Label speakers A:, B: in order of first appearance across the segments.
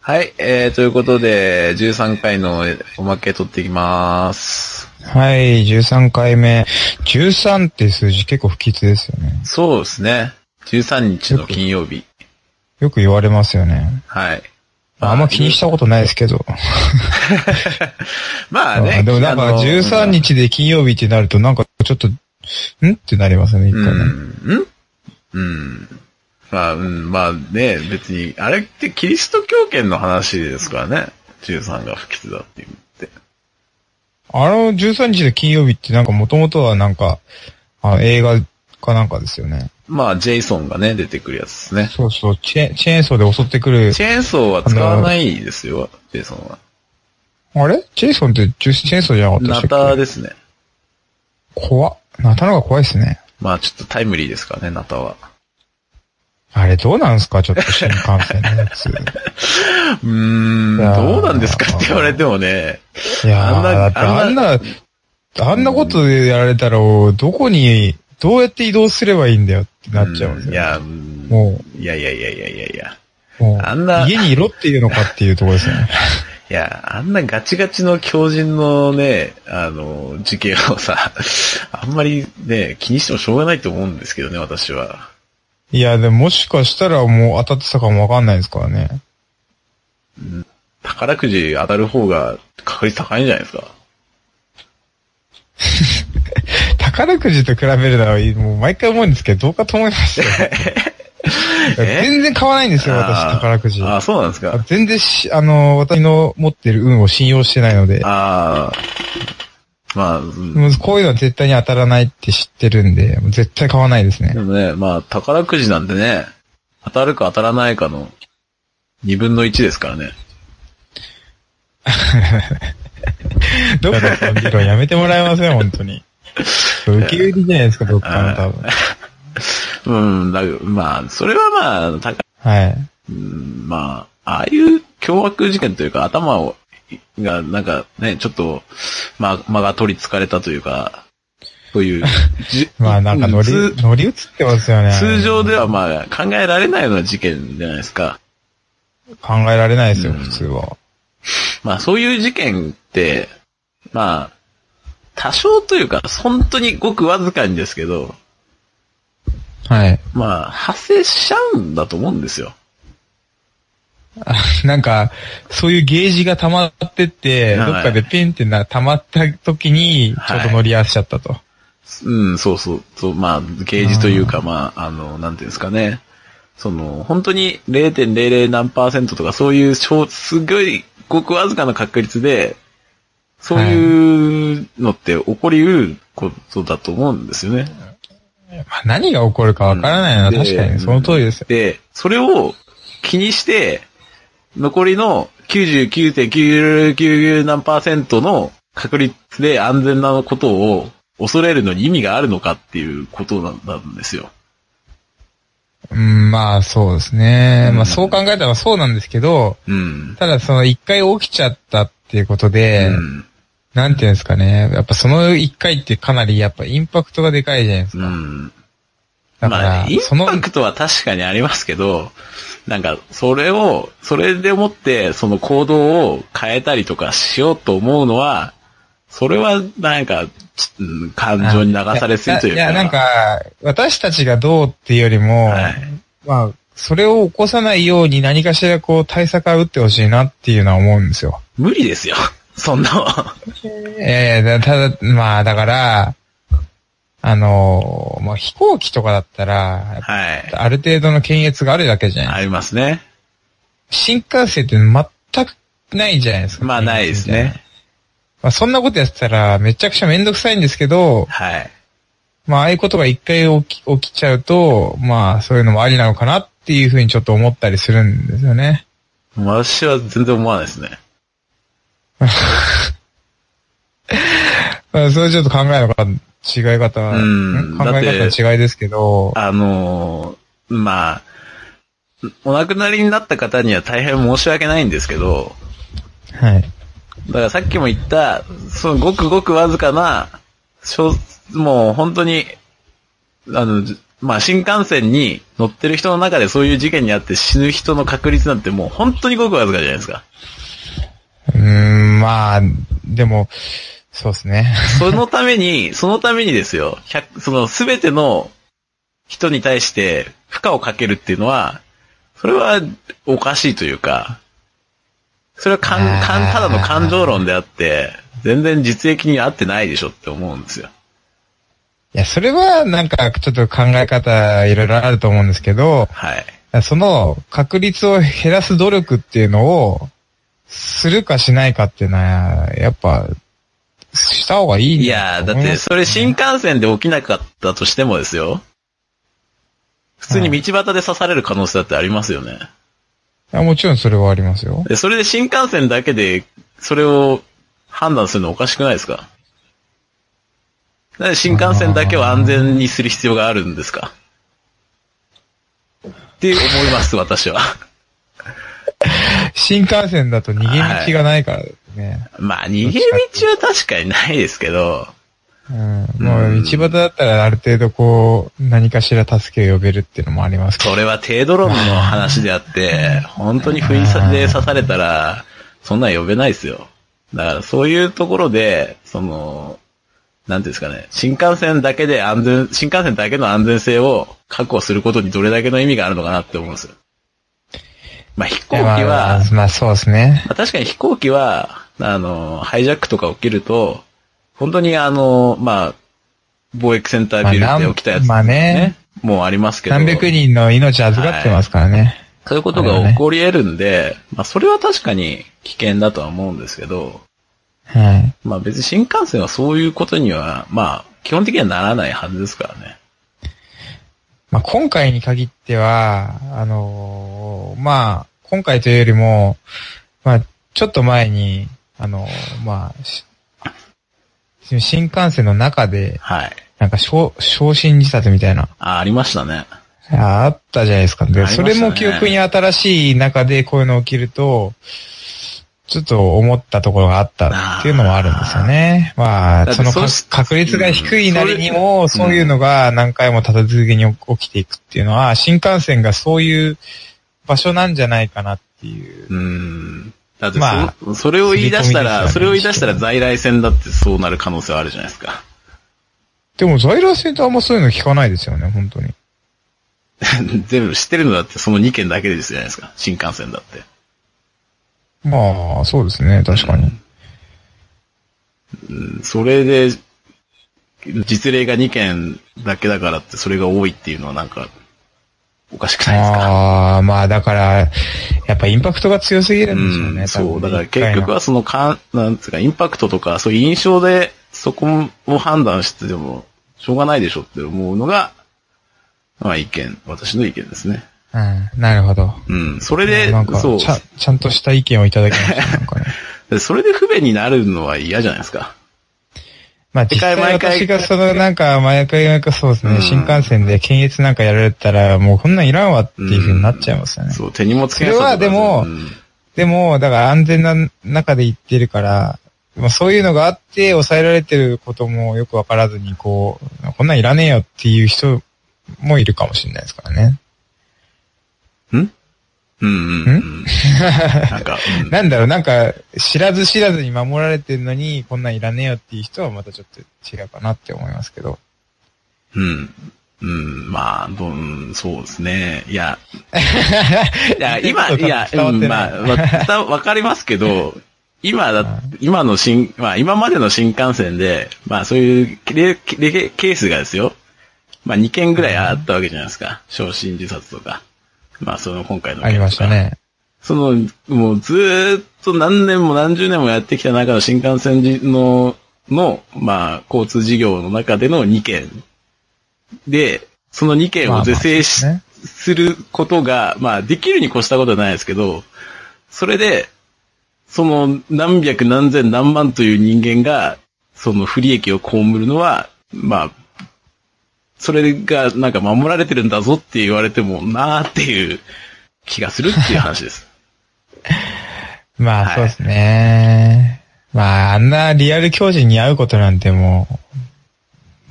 A: はい、えー、ということで、13回のおまけ取っていきまーす。
B: はい、13回目。13って数字結構不吉ですよね。
A: そうですね。13日の金曜日。
B: よく言われますよね。
A: はい。
B: あんま気にしたことないですけど。
A: まあ
B: あ
A: ね。
B: でもなん
A: あ
B: か
A: の
B: 13日で金曜日ってなるとなんかちょっと、んってなりますよね、一
A: う
B: 回ね。
A: ん。うん。うん。まあ、うん、まあね、別に、あれってキリスト教圏の話ですからね。13が不吉だっていうのって。
B: あの13日で金曜日ってなんかもともとはなんか、あ映画かなんかですよね。
A: まあ、ジェイソンがね、出てくるやつですね。
B: そうそう、チェチェーンソーで襲ってくる。
A: チェーンソーは使わないですよ、ジェイソンは。
B: あれチェイソンってチェチェーンソーじゃなかった
A: ナ
B: でしたっ
A: タ
B: け
A: ですね。
B: 怖っ。ナタの方が怖いですね。
A: まあ、ちょっとタイムリーですからね、ナタは。
B: あれどうなんすかちょっと新幹線のやつ。
A: うーん、
B: いやー
A: どうなんですかって言われてもね。
B: いや
A: あんな
B: ー、だってあんな、あんなことでやられたら、どこに、どうやって移動すればいいんだよってなっちゃうんです
A: ん
B: よ。
A: いや、うん
B: も
A: いやいやいやいやいやいや。
B: う、もう、
A: あんな
B: 家にいろっていうのかっていうところですよ ね。
A: いや、あんなガチガチの狂人のね、あの、事件をさ、 あんまりね、気にしてもしょうがないと思うんですけどね、私は。
B: いや、でももしかしたらもう当たってたかもわかんないですからね。
A: 宝くじ当たる方が確率高いんじゃないですか。
B: 宝くじと比べるなら、もう毎回思うんですけど、どうかと思いますよ。 全然買わないんですよ、
A: あー
B: 私、宝くじ。
A: あ、そうなんですか。
B: 全然し、あの、私の持ってる運を信用してないので、
A: ああ、まあ、うん
B: もうこういうのは絶対に当たらないって知ってるんで、もう絶対買わないですね
A: で。もね、まあ、宝くじなんでね、当たるか当たらないかの2分の1ですからね。
B: どっかの議論やめてもらえません、本当に。受け入れじゃないですか、どっかの多分。
A: うん、だまあ、それはまあ、高
B: はい。
A: うんまあ、ああいう凶悪事件というか、頭を、が、なんかね、ちょっと、まあ、間が取り憑かれたというか、そういう、じ
B: まあなんか乗り、
A: 通
B: 乗り移ってますよね。
A: 通常ではまあ、考えられないような事件じゃないですか。
B: 考えられないですよ、
A: うん
B: 普通は。
A: まあ、そういう事件って、まあ、多少というか、本当にごくわずかにですけど、
B: はい。
A: まあ、発生しちゃうんだと思うんですよ。
B: なんか、そういうゲージが溜まってって、
A: はい
B: どっかでピンってな、溜まった時に、ちょ
A: はい
B: っと乗り合わせちゃったと。
A: うん、そうそう、そう、まあ、ゲージというか、まあ、あの、なんていうんですかね。その、本当に0.00何パーセントとか、そういう小、すごい、ごくわずかな確率で、そういうのって起こりうることだと思うんですよね。
B: まあ何が起こるかわからないのは
A: で
B: 確かに、その通りですよ。
A: で、それを気にして、残りの99.999何パーセントの確率で安全なことを恐れるのに意味があるのかっていうことなんなんですよ。
B: うん、まあそうですね。
A: う
B: ま
A: ん
B: あそう考えたらそうなんですけど、
A: うん。
B: ただその一回起きちゃったっていうことで、
A: うん
B: なんていうんですかね。やっぱその一回ってかなりやっぱインパクトがでかいじゃないです
A: う
B: か。
A: ん。
B: だから、
A: まあね、イン
B: その、
A: パクトは確かにありますけど、なんか、それを、それでもって、その行動を変えたりとかしようと思うのは、それは、なんか、ちうん感情に流されすぎというか。
B: いや、いやなんか、私たちがどうっていうよりも、
A: はい、
B: まあ、それを起こさないように何かしらこう対策は打ってほしいなっていうのは思うんですよ。
A: 無理ですよ。 そんなもん。
B: ええだただ、まあだから、あの、まあ飛行機とかだったら、
A: はい。
B: ある程度の検閲があるだけじゃないですか
A: ありますね。
B: 新幹線って全くないじゃないですか。
A: まあ、ないですね。。
B: まあ、そんなことやってたら、めちゃくちゃめんどくさいんですけど、
A: はい。
B: まあ、ああいうことが一回起き、起きちゃうと、まあ、そういうのもありなのかなっていうふうにちょっと思ったりするんですよね。
A: 私は全然思わないですね。
B: まあ、それちょっと考えの方、違い方は、
A: うん
B: 考え
A: だっ
B: 方の違いですけど、
A: あのーまあ、お亡くなりになった方には大変申し訳ないんですけど、
B: はい。
A: だからさっきも言った、そのごくごくわずかな、しょもう本当に、あの、じまあ新幹線に乗ってる人の中でそういう事件にあって死ぬ人の確率なんてもう本当にごくわずかじゃないですか。
B: うーん、まあ、でも、そうですね。
A: そのために、そのためにですよ、100そのすべての人に対して負荷をかけるっていうのは、それはおかしいというか、それはかん
B: あー
A: かんただの感情論であって、全然実益に合ってないでしょって思うんですよ。
B: いや、それはなんかちょっと考え方いろいろあると思うんですけど、
A: はい。
B: その確率を減らす努力っていうのを、するかしないかっていうのは、やっぱ、した方がいい
A: いやー、だって、それ新幹線で起きなかったとしてもですよ。普通に道端で刺される可能性だってありますよね。
B: れ。もちろんそれはありますよ。
A: で、それで新幹線だけで、それを判断するのおかしくないですかなんで新幹線だけは安全にする必要があるんですかって思います、私は。
B: 新幹線だと逃げ道がないからですね。
A: まあ、逃げ道は確かにないですけど、
B: うん。もう、道端だったらある程度こう、何かしら助けを呼べるっていうのもありますから。
A: それは程度論の話であって、本当に不意さで刺されたら、そんなん呼べないですよ。だからそういうところで、その、なんていうんですかね、新幹線だけで安全、新幹線だけの安全性を確保することにどれだけの意味があるのかなって思うんですよ。まあ飛行機
B: いやま
A: は
B: あ、まあそうですね。
A: まあ確かに飛行機は、あの、ハイジャックとか起きると、本当にあの、まあ、貿易センタービルで起きたやつ、
B: まあなんまあね
A: もうありますけど。
B: 何百人の命預かってますからね。
A: そういうことが起こり得るんで、まあそれは確かに危険だとは思うんですけど、
B: はい。
A: まあ別に新幹線はそういうことには、まあ基本的にはならないはずですからね。
B: まあ、今回に限っては、あのーまあ、今回というよりも、まあ、ちょっと前に、あのーまあ、し新幹線の中で、
A: はい。
B: なんか、昇昇進自殺みたいな、
A: あ、ありましたね。
B: ああったじゃないですか。
A: あり
B: で、
A: ました
B: そ
A: ね
B: れも記憶に新しい中でこういうの起きると、ちょっと思ったところがあったっていうのもあるんですよね。ま
A: だ
B: あ、
A: って
B: その
A: そ
B: か
A: し
B: 確率が低いなりに
A: う
B: も、
A: んそれ
B: そういうのが何回も立て続けに起きていくっていうのは、新幹線がそういう場所なんじゃないかなっていう
A: う。ーん。だってそ、
B: ま
A: それを言い出したら、そ
B: 刷
A: れ
B: り
A: を
B: 込
A: 言い
B: みで
A: 出
B: すよね
A: したら在来線だってそうなる可能性はあるじゃないですか。
B: でも、在来線ってあんまそういうの聞かないですよね、本当に。
A: 全部知ってるのだってその2件だけですじゃないですか。新幹線だって。
B: まあ、そうですね、確かに。
A: うんそれで、実例が2件だけだからってそれが多いっていうのはなんか、おかしくないですか
B: ああ、まあだから、やっぱインパクトが強すぎるんでしょうね。
A: うん、
B: 多分
A: そう。だから
B: 一回の
A: 結局はそのかん、なんつうか、インパクトとか、そういう印象で、そこを判断してても、しょうがないでしょって思うのが、まあ意見、私の意見ですね。
B: うん、なるほど。
A: うん。それで
B: なん、か
A: そう
B: ちゃん、ちゃんとした意見をいただきま した。なんかね。
A: で。それで不便になるのは嫌じゃないですか。
B: まあ実際
A: 毎回
B: 私がそのなんか、毎回毎回そうですね、
A: うん
B: 新幹線で検閲なんかやられたら、もうこんなんいらんわっていう風になっちゃいますよね。
A: そう、手荷物検査とか
B: それはでも
A: うん
B: でも、だから安全な中で行ってるから、まあそういうのがあって抑えられてることもよくわからずに、こう、こんなんいらねえよっていう人もいるかもしれないですからね。
A: うんうんうん。なんか、うん
B: なんだろう、なんか、知らず知らずに守られてるのに、こんなんいらねえよっていう人はまたちょっと違うかなって思いますけど。
A: うん。うん、まあ、どううん、そうですね。い や、いや、今、
B: ちょっ
A: い
B: と
A: や、
B: 伝わ
A: う
B: って
A: ん
B: ない
A: まあ、わたわかりますけど、今だ、今の新、まあ、今までの新幹線で、まあ、そういうレレレケースがですよ、まあ、2件ぐらいあったわけじゃないですか。昇進自殺とか。まあ、その今回の件とか
B: ありましたね。
A: その、もうずーっと何年も何十年もやってきた中の新幹線じの、の、まあ、交通事業の中での2件。で、その2件を是正し、
B: まあまあそう
A: することが、まあ、できるに越したことはないですけど、それで、その何百何千何万という人間が、その不利益を被るのは、まあ、それがなんか守られてるんだぞって言われてもなーっていう気がするっていう話です。
B: ま
A: は
B: あ
A: い
B: そうですね。まああんなリアル教授に会うことなんてもう、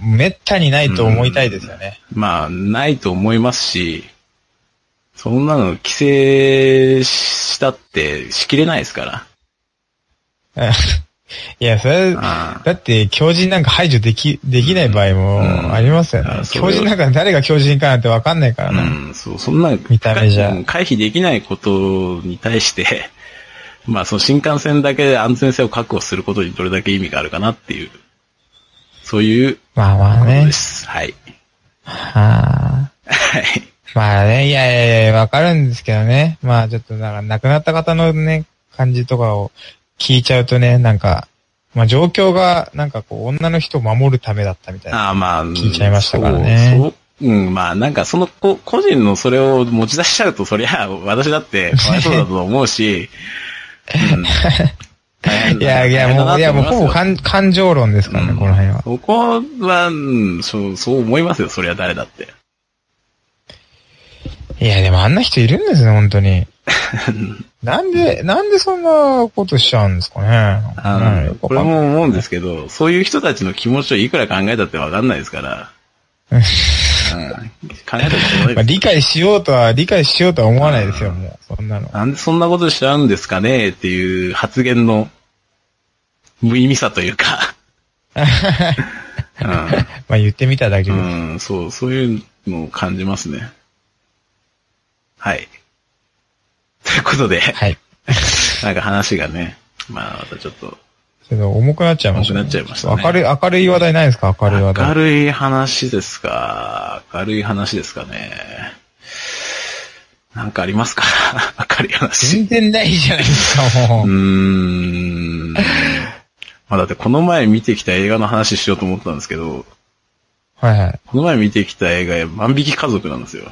B: めったにないと思いたいですよね。
A: まあ、ないと思いますし、そんなの規制したってしきれないですから。
B: いや、それ、
A: あ
B: だって、強人なんか排除でき、できない場
A: う
B: 合
A: ん
B: もありますよね。
A: あそれ
B: 強人なんか誰が強人かなんてわかんないから
A: う
B: な。
A: ん、そう、そんな、
B: 見た目じゃ
A: うん回避できないことに対して、 まあ、その新幹線だけで安全性を確保することにどれだけ意味があるかなっていう、そういう
B: まあま
A: こ
B: あ
A: と
B: ね
A: で。す。はい。
B: はあ。
A: はい。
B: まあね、いやいやいや、わかるんですけどね。まあちょっとなんか亡くなった方のね、感じとかを聞いちゃうとね、なんか、まあ状況が、なんかこう、女の人を守るためだったみたいな。
A: ああ、まあ、
B: 聞いちゃいましたからね
A: そう。そううん、まあなんかそのこ個人のそれを持ち出しちゃうと、そりゃ私だってかわいそうだと思うし、うん大変
B: い
A: だ
B: やいや、
A: 大変だ
B: も
A: な
B: う、いやもう
A: と思い
B: ほぼ
A: ますよ
B: 感感情論ですからね、
A: うん
B: この辺は。
A: そこは、うん、そう、そう思いますよ、そりゃ誰だって。
B: いや、でもあんな人いるんですね、本 当に。なんで、なんでそんなことしちゃうんですかね。
A: あ
B: うん
A: の、
B: よく
A: こ
B: わか
A: れ
B: んない
A: も思うんですけど、そういう人たちの気持ちをいくら考えたってわかんないです から。
B: う
A: う
B: ん
A: ん、考えたことない
B: まあ、
A: です
B: 理解しようとは、理解しようとは思わないですよ、もう。そんなの。
A: なんでそんなことしちゃうんですかねっていう発言の無意味さというか。
B: まあ言ってみただけ
A: う
B: です。
A: ん、うん、そう、そういうのを感じますね。はい。ということで、
B: はい。
A: なんか話がね、まあまたちょっと
B: ちょっと重くなっちゃいました、
A: 重くなっちゃいましたね
B: 明るい、明るい話題ないですか明るい話題。
A: 明るい話ですか。明るい話ですかね。なんかありますか 明るい話。
B: 全然ないじゃないですか、も
A: うー
B: う。
A: ん。まあだってこの前見てきた映画の話しようと思ったんですけど、
B: はいはい。
A: この前見てきた映画、万引き家族なんですよ。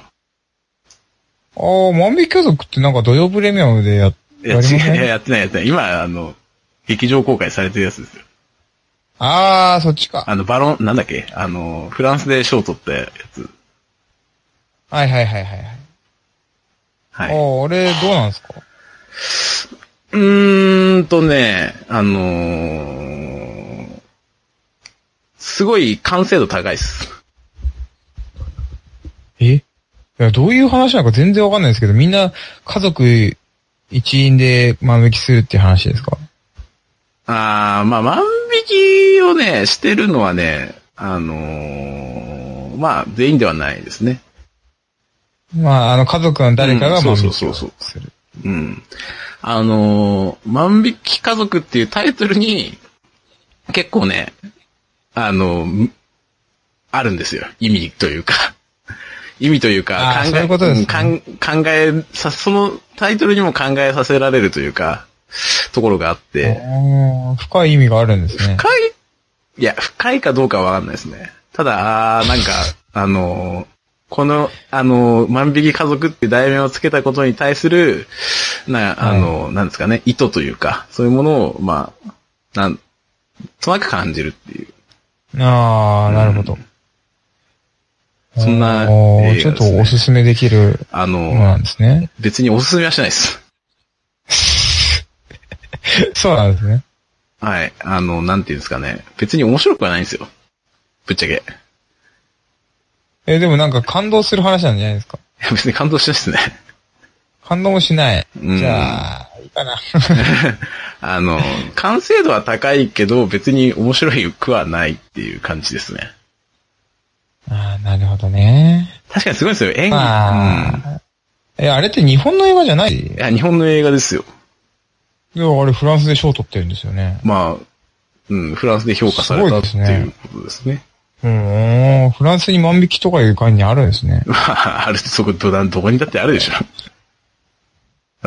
B: ああ、万引き家族ってなんか土曜プレミアムでや、
A: いや、
B: やりませ
A: 違
B: ん
A: う、いややってない、やってない。今、あの、劇場公開されてるやつですよ。
B: ああ、そっちか。
A: あの、バロン、なんだっけあの、フランスで賞を取ったやつ。
B: はいはいはいはいは
A: はい。
B: い。おーあれ、どうなんですか
A: うーんとね、あのーすごい完成度高いです。
B: えいや、どういう話なのか全然わかんないですけど、みんな家族一員で万引きするっていう話ですか
A: あー、まあ、万引きをね、してるのはね、あのーまあ、全員ではないですね。
B: まあ、あの家族の誰か
A: う
B: が
A: んそ
B: 万
A: う
B: 引き
A: そ
B: を
A: う
B: す
A: そ
B: る
A: う。うん。あのー万引き家族っていうタイトルに、結構ね、あのむあるんですよ。意味というか。 意味というか、
B: あーそういうことですね
A: うんかん考えさ、そのタイトルにも考えさせられるというか、ところがあって、
B: あー深い意味があるんですね。
A: 深い、いや、深いかどうかはわかんないですね。ただ、あーなんか、あのーこの、あのー万引き家族って題名をつけたことに対する、な、あのーなんですかね、意図というか、そういうものを、まあ、なん、となく感じるっていう。
B: ああ、なるほど。
A: そんな
B: あー
A: 映画ですね
B: ちょっとおすすめできる
A: あの
B: も
A: ー
B: のなんで すね。
A: 別におすすめはしないです。
B: そうなんですね。
A: はい。あの、なんていうんですかね。別に面白くはないんですよ。ぶっちゃけ。い
B: え、でもなんか感動する話なんじゃないですか。
A: や別に感動しないですね。
B: 感動もしない。
A: うん
B: じゃあ、いいかな。
A: あの、完成度は高いけど、別に面白いくはないっていう感じですね。
B: ああ、なるほどね。
A: 確かにすごいですよ。演技。うん
B: まあ、え、あれって日本の映画じゃない
A: いや、日本の映画ですよ。
B: でもあれフランスで賞取ってるんですよね。
A: まあ、うん、フランスで評価されたって
B: すごいですね
A: いうことですね。
B: うーん、フランスに万引きとかいう概念あるんですね。
A: まあ、ある、そこ、ど、どこにだってあるでしょ。だか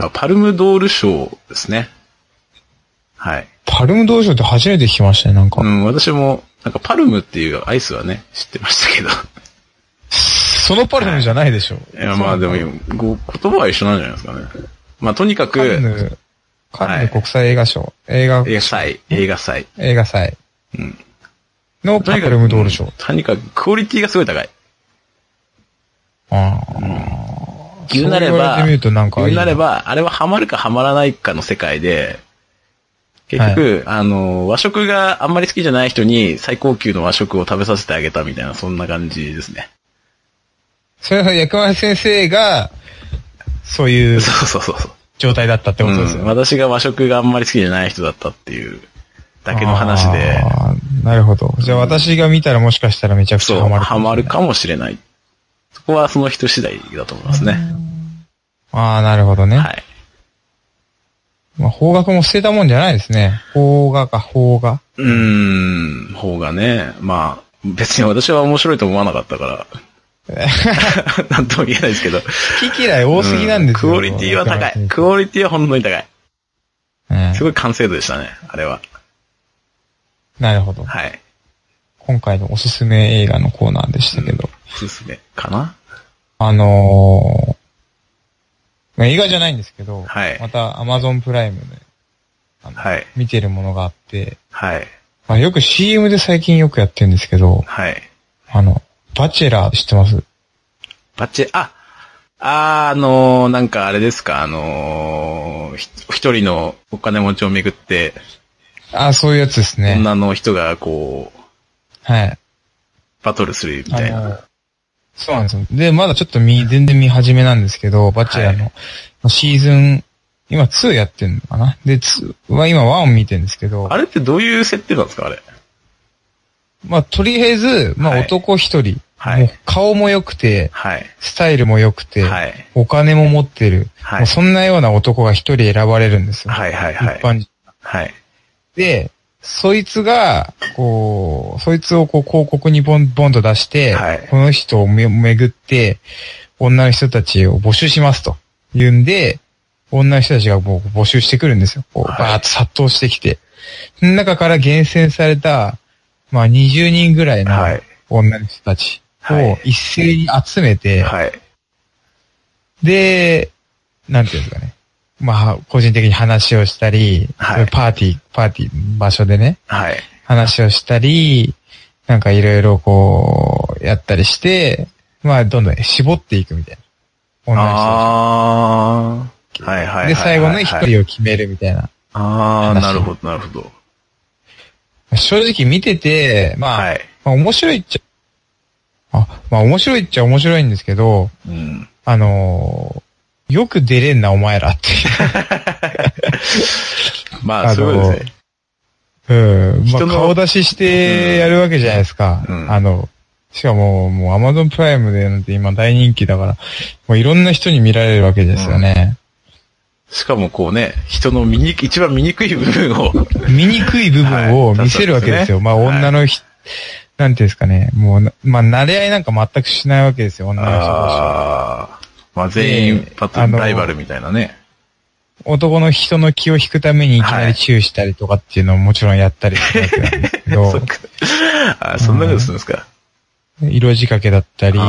A: らパルムドール賞ですね。はい。
B: パルム同賞って初めて聞きましたね、なんか。
A: うん、私も、なんかパルムっていうアイスはね、知ってましたけど。
B: そのパルムじゃないでしょ。
A: いや、まあでも、ご言葉は一緒なんじゃないですかね。まあとにか
B: カン
A: く、
B: ヌ、カンヌ国際映画賞、映画、
A: 映画祭、映画祭。
B: 映画祭
A: うん。
B: のパルムドール賞。
A: とにかく、クオリティがすごい高い。
B: ああ
A: 言うなれ
B: そう言われ
A: ば、
B: てみるとなんかいい
A: 言うなれば、あれはハマるかハマらないかの世界で、結局、あの、和食があんまり好きじゃない人に最高級の和食を食べさせてあげたみたいな、そんな感じですね。
B: それは薬丸先生が、そういう
A: そうそうそうそう。
B: 状態だったってことですよ
A: うん
B: ね。
A: 私が和食があんまり好きじゃない人だったっていうだけの話で、
B: あー。なるほど。じゃあ私が見たらもしかしたらめちゃくち
A: そう、
B: ゃハマる。
A: ハマる。かもしれない。そこはその人次第だと思いますね。
B: ああ、なるほどね。
A: はい。
B: まあ、邦楽も捨てたもんじゃないですね。邦画か、邦画。
A: うーん、方がね、まあ、別に私は面白いと思わなかったから、 なんとも言えないですけど。
B: 好き嫌い多すぎなんですよ。
A: うクオリティは高い。ク
B: オ
A: オリティは本当に高い。す
B: う
A: ご
B: ん、
A: い完成度でしたね、あれは。
B: なるほど。
A: はい。
B: 今回のおすすめ映画のコーナーでしたけど。
A: おすすめかな
B: あのーまあ、映画じゃないんですけど、
A: はい
B: また Amazon プライムで
A: はい。
B: 見てるものがあって、
A: はい。
B: まあ、よく CM で最近よくやってるんですけど、
A: はい。
B: あの、バチェラー知ってます
A: バッチリ、あ、あー、あのー、なんかあれですか、あのー、ひ一人のお金持ちをめぐって、
B: あ、そういうやつですね。
A: 女の人がこう、
B: はい。
A: バトルするみ
B: あ
A: たいな。
B: の、そうなんですよ。で、まだちょっと見、全然見始めなんですけど、バチェラーの、まあシーズン、今2やってんのかなで、2は今1を見てるんですけど、
A: あれってどういう設定なんですかあれ。
B: まあ、とりあえず、ま
A: は
B: あ、
A: い
B: 男一人、
A: はい
B: もう顔も良くて、
A: はい。
B: スタイルも良くて、
A: はい。
B: お金も持ってる、
A: はい
B: もうそんなような男が一人選ばれるんですよ。
A: はいはいはい
B: 一。般人。
A: はい。
B: で、そいつが、こう、そいつをこう広告にボン、ボンと出して、
A: はい
B: この人をめ、めぐって、女の人たちを募集しますと。言うんで、女の人たちがもう募集してくるんですよ。こう、
A: はい
B: バーッと殺到してきて。その中から厳選された、まあ20人ぐらいの
A: はい
B: 女の人たち
A: は
B: を
A: い
B: 一斉に集めて、
A: はい。
B: で、なんていうんですかね。まあ、個人的に話をしたり、
A: はい
B: そういうパーティー、パーティー、場所でね、
A: はい。
B: 話をしたり、なんかいろいろこう、やったりして、まあ、どんどん絞っていくみたいな。女の人た
A: あー。はいはいはいはい、は
B: ち
A: い。
B: で、最後の一人を決めるみたいな。
A: あー、なるほど、なるほど。
B: 正直見てて、まあ、
A: はい。
B: まあ面白いっちゃ、あ、まあ面白いっちゃ面白いんですけど、
A: うん。
B: あのーよく出れんな、お前らって。
A: ま
B: あの
A: あ、そうですね。
B: うん。まあ、
A: 人の
B: 顔出ししてやるわけじゃないですか。
A: うん
B: あの、しかも、もう Amazon プライムでなんて今大人気だから、もういろんな人に見られるわけですよね。
A: しかもこうね、人の見にく一番醜い部分を、
B: 醜い部分を
A: はい
B: 見せるわけですよ。
A: そうですね
B: まあ、
A: はい
B: 女の人、なんていうんですかね。もうな、まあ、慣れ合いなんか全くしないわけですよ、女の人同士
A: あー。まあ、全員
B: で、
A: パト
B: あの
A: ライバルみたいなね。
B: 男の人の気を引くためにいきなりチューしたりとかっていうのをもちろんやったりするわけなんですけ ど
A: そっ、かあーそんなことするんですか。
B: 色仕掛けだったり、
A: あ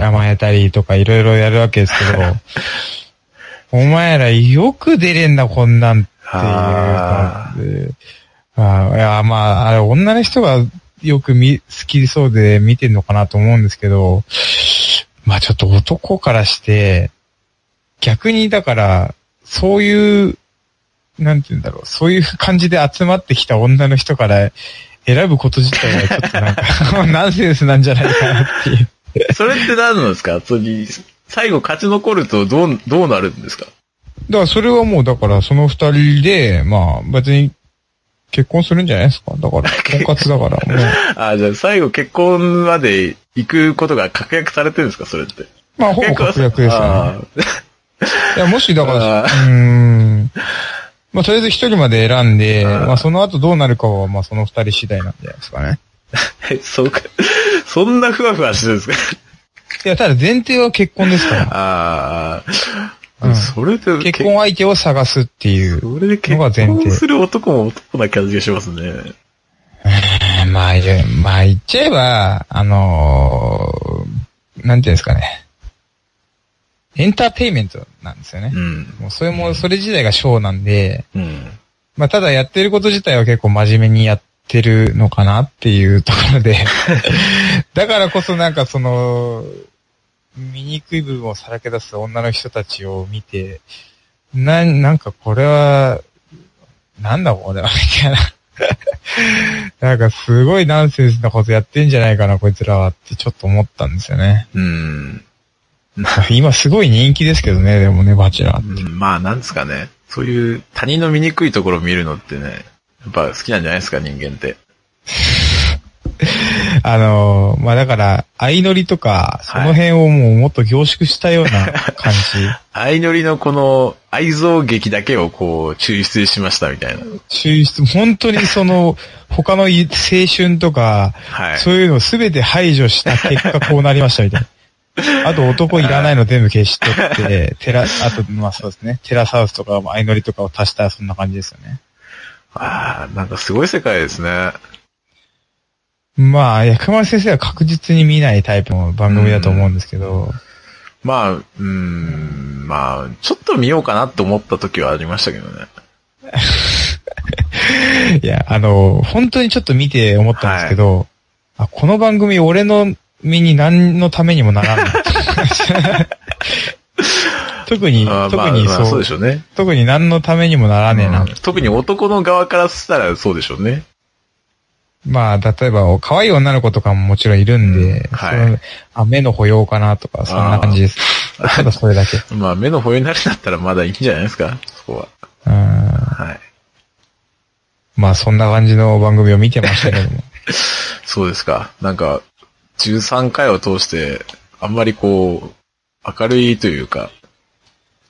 A: ー
B: 甘えたりとかいろいろやるわけですけど、 お前らよく出れんな、こんなんっていう
A: あ
B: 感じで。あーいや、まあ、あれ、女の人がよく見、好きそうで見てんのかなと思うんですけど、まあちょっと男からして、逆にだから、そういう、なんて言うんだろう、そういう感じで集まってきた女の人から選ぶこと自体がちょっとなんか、 ナンセンスなんじゃないかなっていう。
A: それって何なんですかそれに最後勝ち残るとどう、どうなるんですか
B: だからそれはもうだからその二人で、まあ別に結婚するんじゃないですか。だから、婚活だから、もう。
A: あーじゃあ最後結婚まで行くことが確約されてるんですかそれって。
B: まあほぼ確約ですよね。
A: あ
B: いや、もしだから、
A: あ
B: う
A: ー
B: ーん。まあとりあえず一人まで選んで、
A: あー
B: まあその後どうなるかはまあその二人次第なんじゃないですかね。
A: ーえそうか。そんなふわふわしてるん ですか
B: いや、ただ前提は結婚ですから。
A: ああ、
B: うん
A: それで
B: 結婚相手を探すっていう。
A: それで結
B: のが前提
A: 婚する男も男な感じがしますね。
B: まあ、まあ言っちゃえば、あのーなんていうんですかね。エンターテイメントなんですよね
A: う。ん。
B: もうそれも、それ自体がショーなんで、
A: うん。
B: まあただやってること自体は結構真面目にやってるのかなっていうところで、だからこそなんかその、醜い部分をさらけ出す女の人たちを見て、なん、なんかこれは、なんだこれは、みたいな。 なんかすごいナンセンスなことやってんじゃないかな、こいつらはってちょっと思ったんですよね。
A: うん。
B: 今すごい人気ですけどね、でもね、バチェラー。
A: うんまあ、なんですかね。そういう他人の醜いところを見るのってね、やっぱ好きなんじゃないですか、人間って。
B: あのーまあ、だから、相乗りとか、その辺をもうもっと凝縮したような感じ。
A: 相乗りのこの愛憎劇だけをこう、抽出しましたみたいな。
B: 抽出、本当にその、他の青春とか、
A: はい。
B: そういうのを全て排除した結果こうなりましたみたいな。あと男いらないの全部消しとって、テラ、あと、まあそうですね、テラサウスとか、相乗りとかを足したらそんな感じですよね。
A: ああ、なんかすごい世界ですね。
B: まあ、薬丸先生は確実に見ないタイプの番組だと思うんですけど、
A: まあ、うーん、まあ、ちょっと見ようかなって思った時はありましたけどね。
B: いや、あの、本当にちょっと見て思ったんですけど、あこの番組俺の身に何のためにもな らない。特に、
A: あー
B: 特
A: まあ
B: に
A: まあ
B: そ
A: そう
B: う
A: で、しょうね。
B: 特に何のためにもならねえな
A: うん。特に男の側からしたらそうでしょうね。
B: まあ、例えば、可愛い女の子とかももちろんいるんで、
A: うんはい
B: そのあ、目の保養かなとか、そんな感じです。ただそれだけ。
A: まあ、目の保養になるんだったらまだいいんじゃないですか、そこは。
B: うん。
A: はい。
B: まあ、そんな感じの番組を見てましたけ ども。
A: そうですか。なんか、13回を通して、あんまりこう、明るいというか、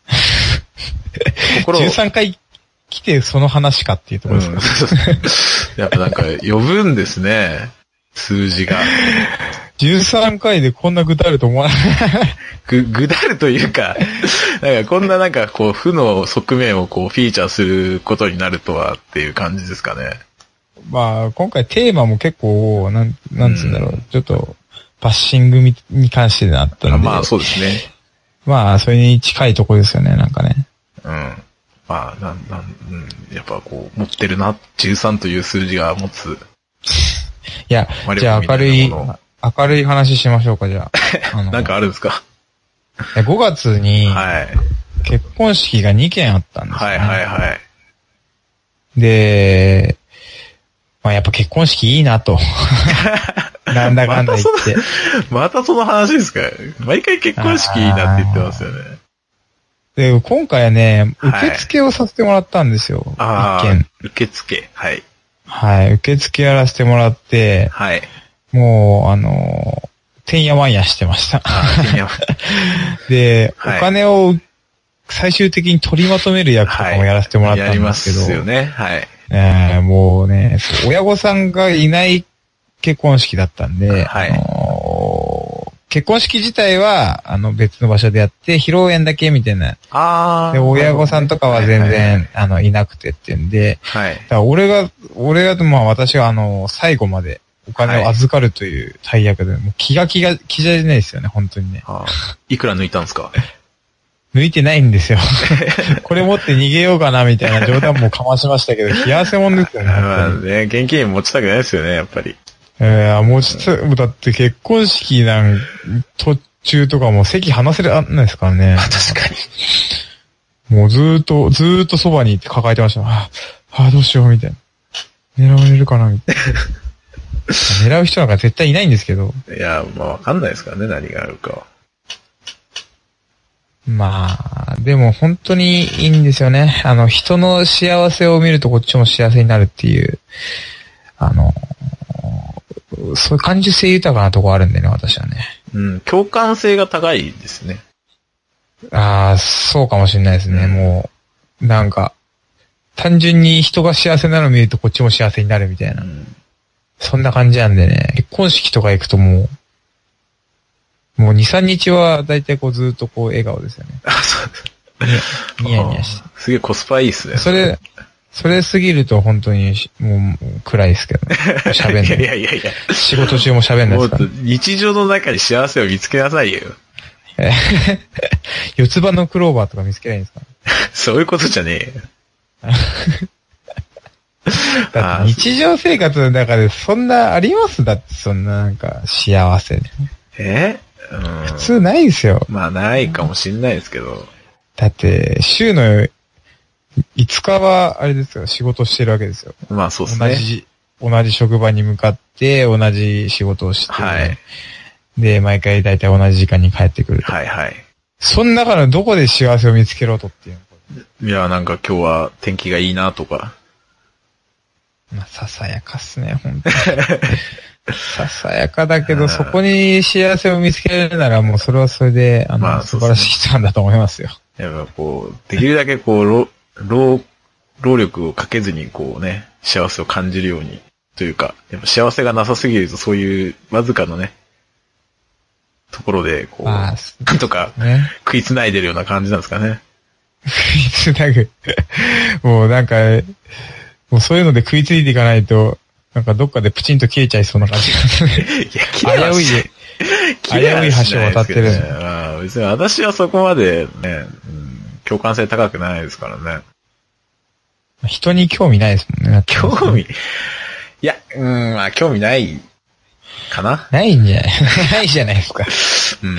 A: 心を、
B: 13回来てその話かっていうとこ
A: う
B: ろ
A: ん
B: です か、
A: やっぱなんか、呼ぶんですね。数字が。
B: 13回でこんな具体あると思わない。
A: ぐ、ぐだるという か、なんかこんななんかこう、負の側面をこう、フィーチャーすることになるとはっていう感じですかね。
B: まあ、今回テーマも結構、なん、なんつうんだろう。ちょっと、バッシングみに関してなったので。
A: まあそうですね。
B: まあ、それに近いとこですよね、なんかね。
A: うん。まあ、なん、なん、うん。やっぱこう、持ってるな、13という数字が持つ。
B: いや、
A: マリオ
B: じゃあ明る
A: み
B: い、
A: たいなも
B: 明るい話しましょうか、じゃ あ。あの
A: なんかあるんですか
B: いや5月に
A: はい。
B: 結婚式が2件あったんですよ、
A: は
B: ね。
A: いはいはい。
B: で、まあやっぱ結婚式いい なと。なんだかんだ言って。
A: またその話ですか毎回結婚式いいなって言ってますよね。
B: で、今回はね、
A: はい
B: 受付をさせてもらったんですよ。
A: あ
B: 一件。
A: あ、受付。はい。
B: はい。受付やらせてもらって、
A: はい。
B: もう、あのー、てんやわんやしてま した。
A: あーいや
B: で、
A: はい
B: お金を最終的に取りまとめる役とかもやらせてもらった
A: やり
B: んで
A: ます
B: けど。
A: すよね。はい。
B: えーもうね、そう親御さんがいない結婚式だったんで、
A: はい
B: あのー結婚式自体は、あの、別の場所でやって、披露宴だけみたいな。
A: ああ。
B: で、親御さんとかは全
A: いいい。
B: 然、あの、いなくてっていうんで、
A: はい
B: だ。から俺が、俺が、まあ私は、あの、最後までお金を預かるという大役で、もう気が気が、気じゃないですよね、本当にね。
A: あーいくら抜いたんですか
B: 抜いてないんですよ。これ持って逃げようかな、みたいな冗談もかましましたけど、冷や汗もんですよね。本当
A: ま
B: に
A: あね、現金持ちたくないですよね、やっぱり。
B: ええもうちょっと、だって結婚式なん、途中とかも席離せらんないですからね。
A: 確かに。
B: もうずーっと、ずーっとそばにいて抱えてました。ああ、ああどうしよう、みたいな。狙われるかな、みたい な。狙う人なんか絶対いないんですけど。
A: いや、まあわかんないですからね、何があるかは。
B: まあ、でも本当にいいんですよね。あの、人の幸せを見るとこっちも幸せになるっていう、あの、そういう感受性豊かなとこあるんでね、私はね。
A: うん、共感性が高いですね。
B: ああ、そうかもしれないですね。
A: うん
B: もう、なんか、単純に人が幸せなのを見るとこっちも幸せになるみたいうな。
A: ん。
B: そんな感じなんでね。結婚式とか行くともう、もう2、3日はだいたいこうずっとこう笑顔ですよね。
A: あ、そう。
B: ニヤニヤして。
A: すげえコスパいいですね。
B: それ、それ過ぎると本当にしもう暗いですけどね。 喋んない。
A: いやいやいやいや。
B: 仕事中も喋んない
A: もっ
B: ですか
A: と
B: ら。
A: 日常の中に幸せを見つけなさいよ。
B: 四つ葉のクローバーとか見つけないんですか
A: そういうことじゃねえよ。
B: だ
A: あ
B: って
A: ー
B: 日常生活の中でそんなありますだってそんななんか幸せ。
A: えう
B: 普通ないですよ。
A: ん。まあ、ないかもしんないですけど。
B: だって週の5日は、あれですよ、仕事してるわけですよ。
A: まあそうです
B: 同
A: ね。
B: じ、同じ職場に向かって、同じ仕事をして、
A: はい。
B: で、毎回大体同じ時間に帰ってくると。
A: はいはい。
B: その中のどこで幸せを見つけろとっていう。
A: いや、なんか今日は天気がいいなとか。
B: まあ、ささやかっすね、本当に。 ささやかだけ
A: う
B: ど、
A: ん
B: そこに幸せを見つけられるなら、もうそれはそれで、あの、
A: まあそ
B: 素
A: うで
B: 晴
A: す
B: ら
A: ね
B: しい人なんだと思いますよ。
A: やっぱこう、できるだけこう、労、労、労力をかけずにこうね、幸せを感じるように。というか、やっぱ幸せがなさすぎるとそういうわずかのね、ところでこう、
B: まあ、す
A: とか
B: ね。
A: 食いつないでるような感じなんですかね。
B: 食いつなぐ。 もうなんか、もうそういうので食いついていかないと、なんかどっかでプチンと消えちゃいそうな感 じですね。
A: いや、
B: 危
A: 綺麗は
B: うい
A: し
B: で。
A: 綺麗はしないですけどね
B: 危うい橋を渡って
A: うん別に私はそこまでね、うん共感性高くないですからね。
B: 人に興味ないですもんね。
A: 興味、 いや、うん、まあ興味ない、かな。
B: ないんじゃない ないじゃないですか。
A: うん。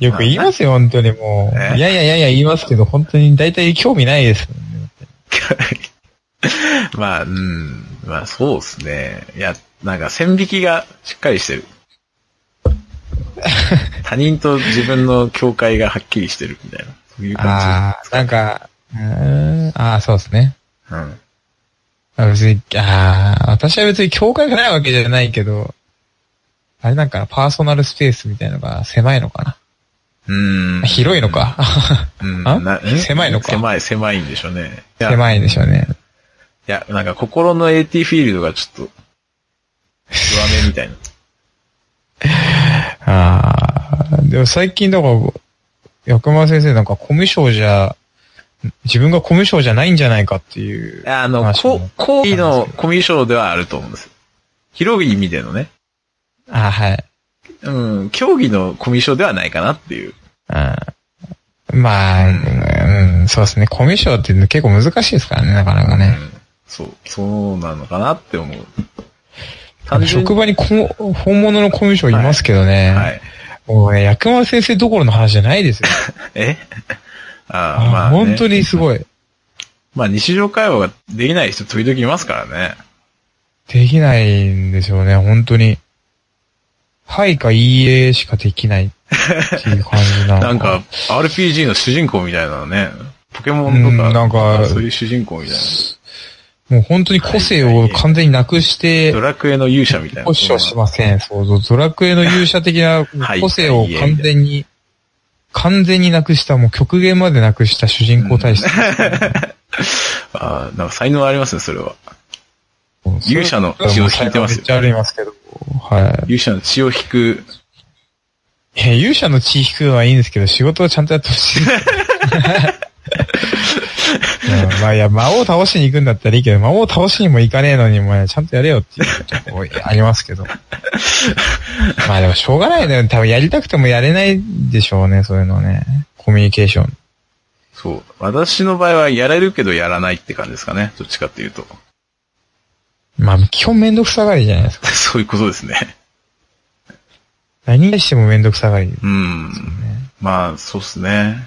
B: よく言いますよ、本当にもう。い
A: ね
B: やいやいやいや言いますけど、本当に大体興味ないですもんね。
A: まあ、うん。まあそうですね。いや、なんか線引きがしっかりして る。他人と自分の境界がはっきりしてるみたいな。そういう感
B: ああ、なんか、うーん、ああ、そうですね。
A: じ。うん。
B: あ別に、ああ、私は別に教会がないわけじゃないけど、あれなんかパーソナルスペースみたいのが狭いのかな。
A: うん。
B: あ広いのか。
A: うん
B: あ
A: な
B: 狭いのか
A: 狭い、狭いんでしょうね。いや、い
B: 狭いんでしょうね。
A: や、なんか心の AT フィールドがちょっと、弱めみたいな。
B: ああ、でも最近だから、薬丸先生なんかコミュ障じゃ、自分がコミュ障じゃないんじゃないかっていう。
A: あの、
B: 話も
A: こ行為のコミュ障ではあると思うんです。広い意味でのね。
B: ああ、はい。
A: うん、競技のコミュ障ではないかなっていう。
B: あーまあ、うん、そうですね。コミュ障って結構難しいですからね、なかなかね。
A: うんそう、そうなのかなって思う。単純に
B: 職場にこ本物のコミュ障いますけどね。
A: はい。
B: もうね、薬丸先生どころの話じゃないですよ。
A: え ああ、ま
B: あ
A: あ、ね。
B: 本当にすごい。
A: まあ、日常会話ができない人時々いますからね。
B: できないんでしょうね、本当に。はいかいいえしかできないっていう感じな のか。
A: なんか、RPG の主人公みたいなのね。ポケモンと
B: う
A: か、
B: んなんか
A: そういう主人公みたいな。
B: もう本当に個性を完全になくして
A: ド、ラクエの勇者みたいな。
B: 保守はしません。そうそう。ドラクエの勇者 的な
A: はい
B: 個性を完全に、完全になくした、もう極限までなくした主人公体質。
A: ああ、なんか才能ありますね、それは。勇者の血
B: 血
A: を引いてますよ
B: めっちゃありますけど。はい。
A: 勇者の血を引く。
B: いや勇者の血引くのはいいんですけど、仕事はちゃんとやってほ しい。うんまあいや、魔王倒しに行くんだったらいいけど、魔王倒しにも行かねえのに、もうちゃんとやれよっていうとこありま すけど。まあでもしょうがないね。多分やりたくてもやれないでしょうね、そういうのね。コミュニケーション。
A: そう。私の場合はやれるけどやらないって感じですかね。どっちかっていうと。
B: まあ基本めんどくさがりじゃないですか。
A: そういうことですね。
B: 何に対してもめんどくさがり。
A: うん。まあ、そうですね。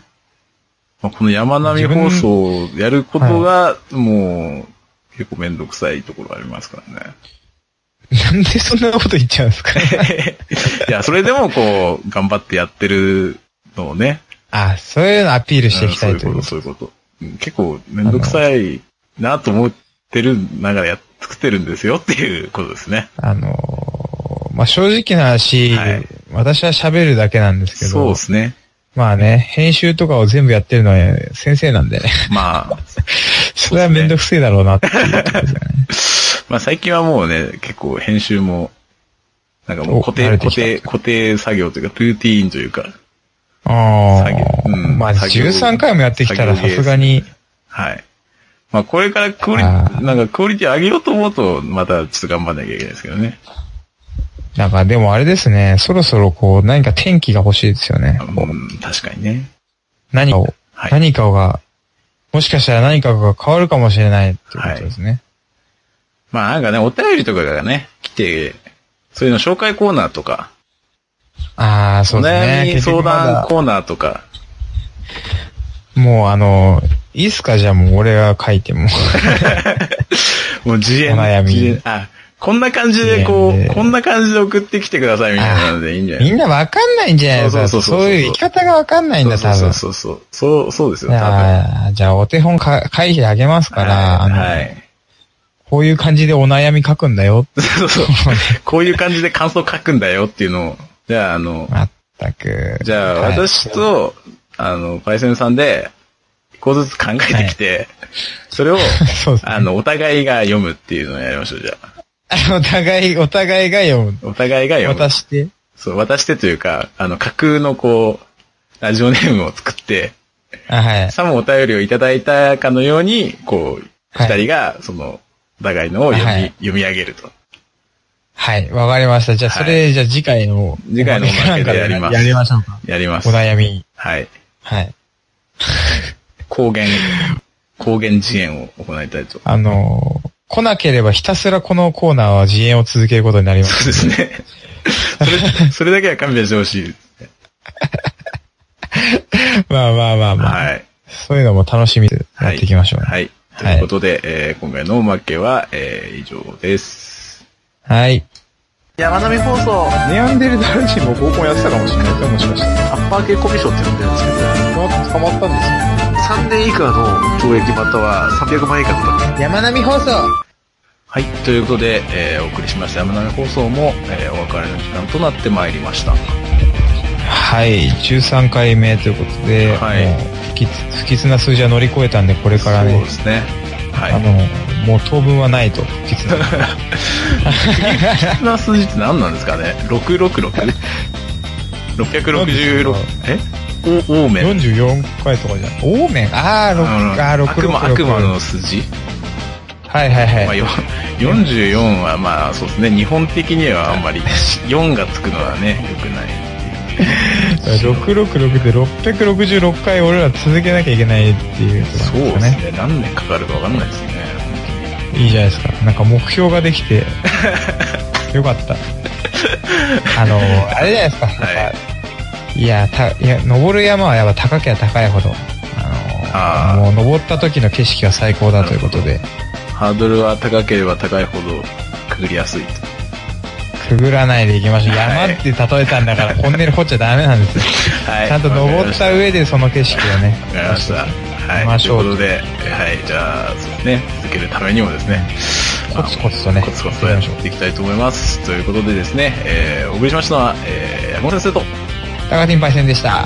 A: まあ、この山並み放送をやることが、もう、結構めんどくさいところありますからね。
B: なんでそんなこと言っちゃうんですか
A: いや、それでもこう、 頑張ってやってるのをね。。
B: あ、そういうのアピールしていきたいといううん
A: そういうこと、そういうことうん。結構めんどくさいなと思ってる中でやっ作ってるんですよっていうことですね。
B: あのーまあ、正直な話、
A: はい
B: 私は喋るだけなんですけど、
A: そうですね。
B: まあね、編集とかを全部やってるのは先生なんでね、
A: まあ、
B: それはめんどくせえだろうなっていうとこで すよね。
A: まあ最近はもうね、結構編集も、なんかもう固
B: お慣
A: 定、
B: れて
A: 固
B: きた
A: 定、固定作業というか、ルーティーンというか、
B: ああ、
A: 作業うん
B: まあ
A: 作業
B: 13回もやってきたらさすがに、
A: はい。まあこれからクオリ、
B: あー
A: なんかクオリティ上げようと思うと、またちょっと頑張んなきゃいけないですけどね。
B: なんかでもあれですね、そろそろこう何か天気が欲しいですよね。
A: うん、確かにね。
B: 何かを、
A: はい
B: 何かが、もしかしたら何かが変わるかもしれないってことですね。
A: まあなんかね、お便りとかがね、来て、そういうの紹介コーナーとか、
B: ああ、そう
A: お
B: ですね。
A: 悩み
B: 結
A: 相
B: 局まだ
A: 談コーナーとか、
B: もうあの、いいっすかじゃあもう俺が書いても。
A: もう自演。
B: お悩み
A: 自演あ、こんな感じでこ
B: 自演
A: う、
B: で
A: こんな感じで送ってきてくださいみたいなのでいいんじゃない
B: みんなわかんないんじゃないですか
A: そ
B: そうう
A: そうそうそう
B: いう生き方がわかんないんだ、多分。
A: そうそうそうそう。そう、そうですよ、多分。
B: あーじゃあ、お手本か会費あげますから、あの、
A: はい。
B: こういう感じでお悩み書くんだよって
A: そう そう。こういう感じで感想書くんだよっていうのを、じゃあ、あの、
B: まったく。
A: じゃあ、
B: はい
A: 私、と、あの、パイセンさんで、一個ずつ考えてきて、それを、
B: そうですね
A: あの、お互いが読むっていうのをやりましょう、じゃあ。
B: お互い、お互いが読む。
A: お互いが読む。
B: 渡して。
A: そう、渡してというか、あの、架空のこう、ラジオネームを作って、
B: あ、はい。
A: さもお便りをいただいたかのように、こう、二
B: はい
A: 人が、その、お互いのを読み、
B: はい
A: 読み上げると。
B: はい、わかりました。じゃあ、それ、じゃあ次回の、
A: 次回のおまけでやります
B: やりましょうか。
A: やりま
B: お
A: す。
B: 悩み。
A: はい。
B: はい。
A: 公言、公言自演を行いたいと。
B: あのー来なければひたすらこのコーナーは自演を続けることになり ま
A: そう
B: す。
A: です ね。それ、それだけは勘弁してほしい。
B: まあまあまあまあ。
A: はい。
B: そういうのも楽しみでやっていきましょうね。
A: はい。と
B: はい
A: いうことで、えー今回のおまけは、えー以上です。
B: はい。
A: 山並放送、
B: ネアンデルダル人も合コンやってたかもしれないですよ、もしかしたら。
A: アッパー系コミュ障って呼んでるんですけど、
B: 捕まったんですよ。
A: 3年以下の懲役または300万円以下の罰金。
B: 山並放送
A: はい。ということで、えーお送りしました山並放送も、えーお別れの時間となってまいりました。
B: はい、13回目ということで、
A: はい
B: もう不吉不吉な数字は乗り越えたんで、これから
A: そう
B: ね
A: で、すね。はい。
B: あの、もう当分はないと、不吉な。
A: そんな数字って何なんですかね ?666?666? えお、オーメン。
B: 44回とかじゃん。オーメンあ
A: あ
B: ー、6、あー、
A: の
B: 6、
A: 悪魔、悪魔の数字、
B: はいはい
A: まあ、
B: はい。
A: よ44はまあそうですね、日本的にはあんまり4がつくのはね、良くない。
B: 666で666回俺ら続けなきゃいけないっていうこと
A: そう
B: なん
A: で
B: です
A: す
B: かね。
A: ね。何年かかるかわかんないですね。
B: いいじゃないですか。なんか目標がで きて、よかった。あの、あれじゃないですか。
A: はい
B: やっぱいや、た、いや、登る山はやっぱ高ければ高いほど、あ
A: あ
B: の、もう登った時の景色が最高だということで、
A: ハードルは高ければ高いほどくぐりやすいと。
B: くぐらないでいきましょう。
A: は
B: 山
A: い
B: って例えたんだから、トンネル掘っちゃダメなんですよ。
A: は
B: ちゃんと登った上でその景色をね
A: わ。かりました。はい。
B: ましょう
A: ということで、はい。じゃあ、そうですね、続けるためにもですね、
B: コツコツとね
A: コツコツとやっていきたいと思います。ということでですね、えー、お送りしましたのは、えー、山本先生と、
B: 高ティンパイセンでした。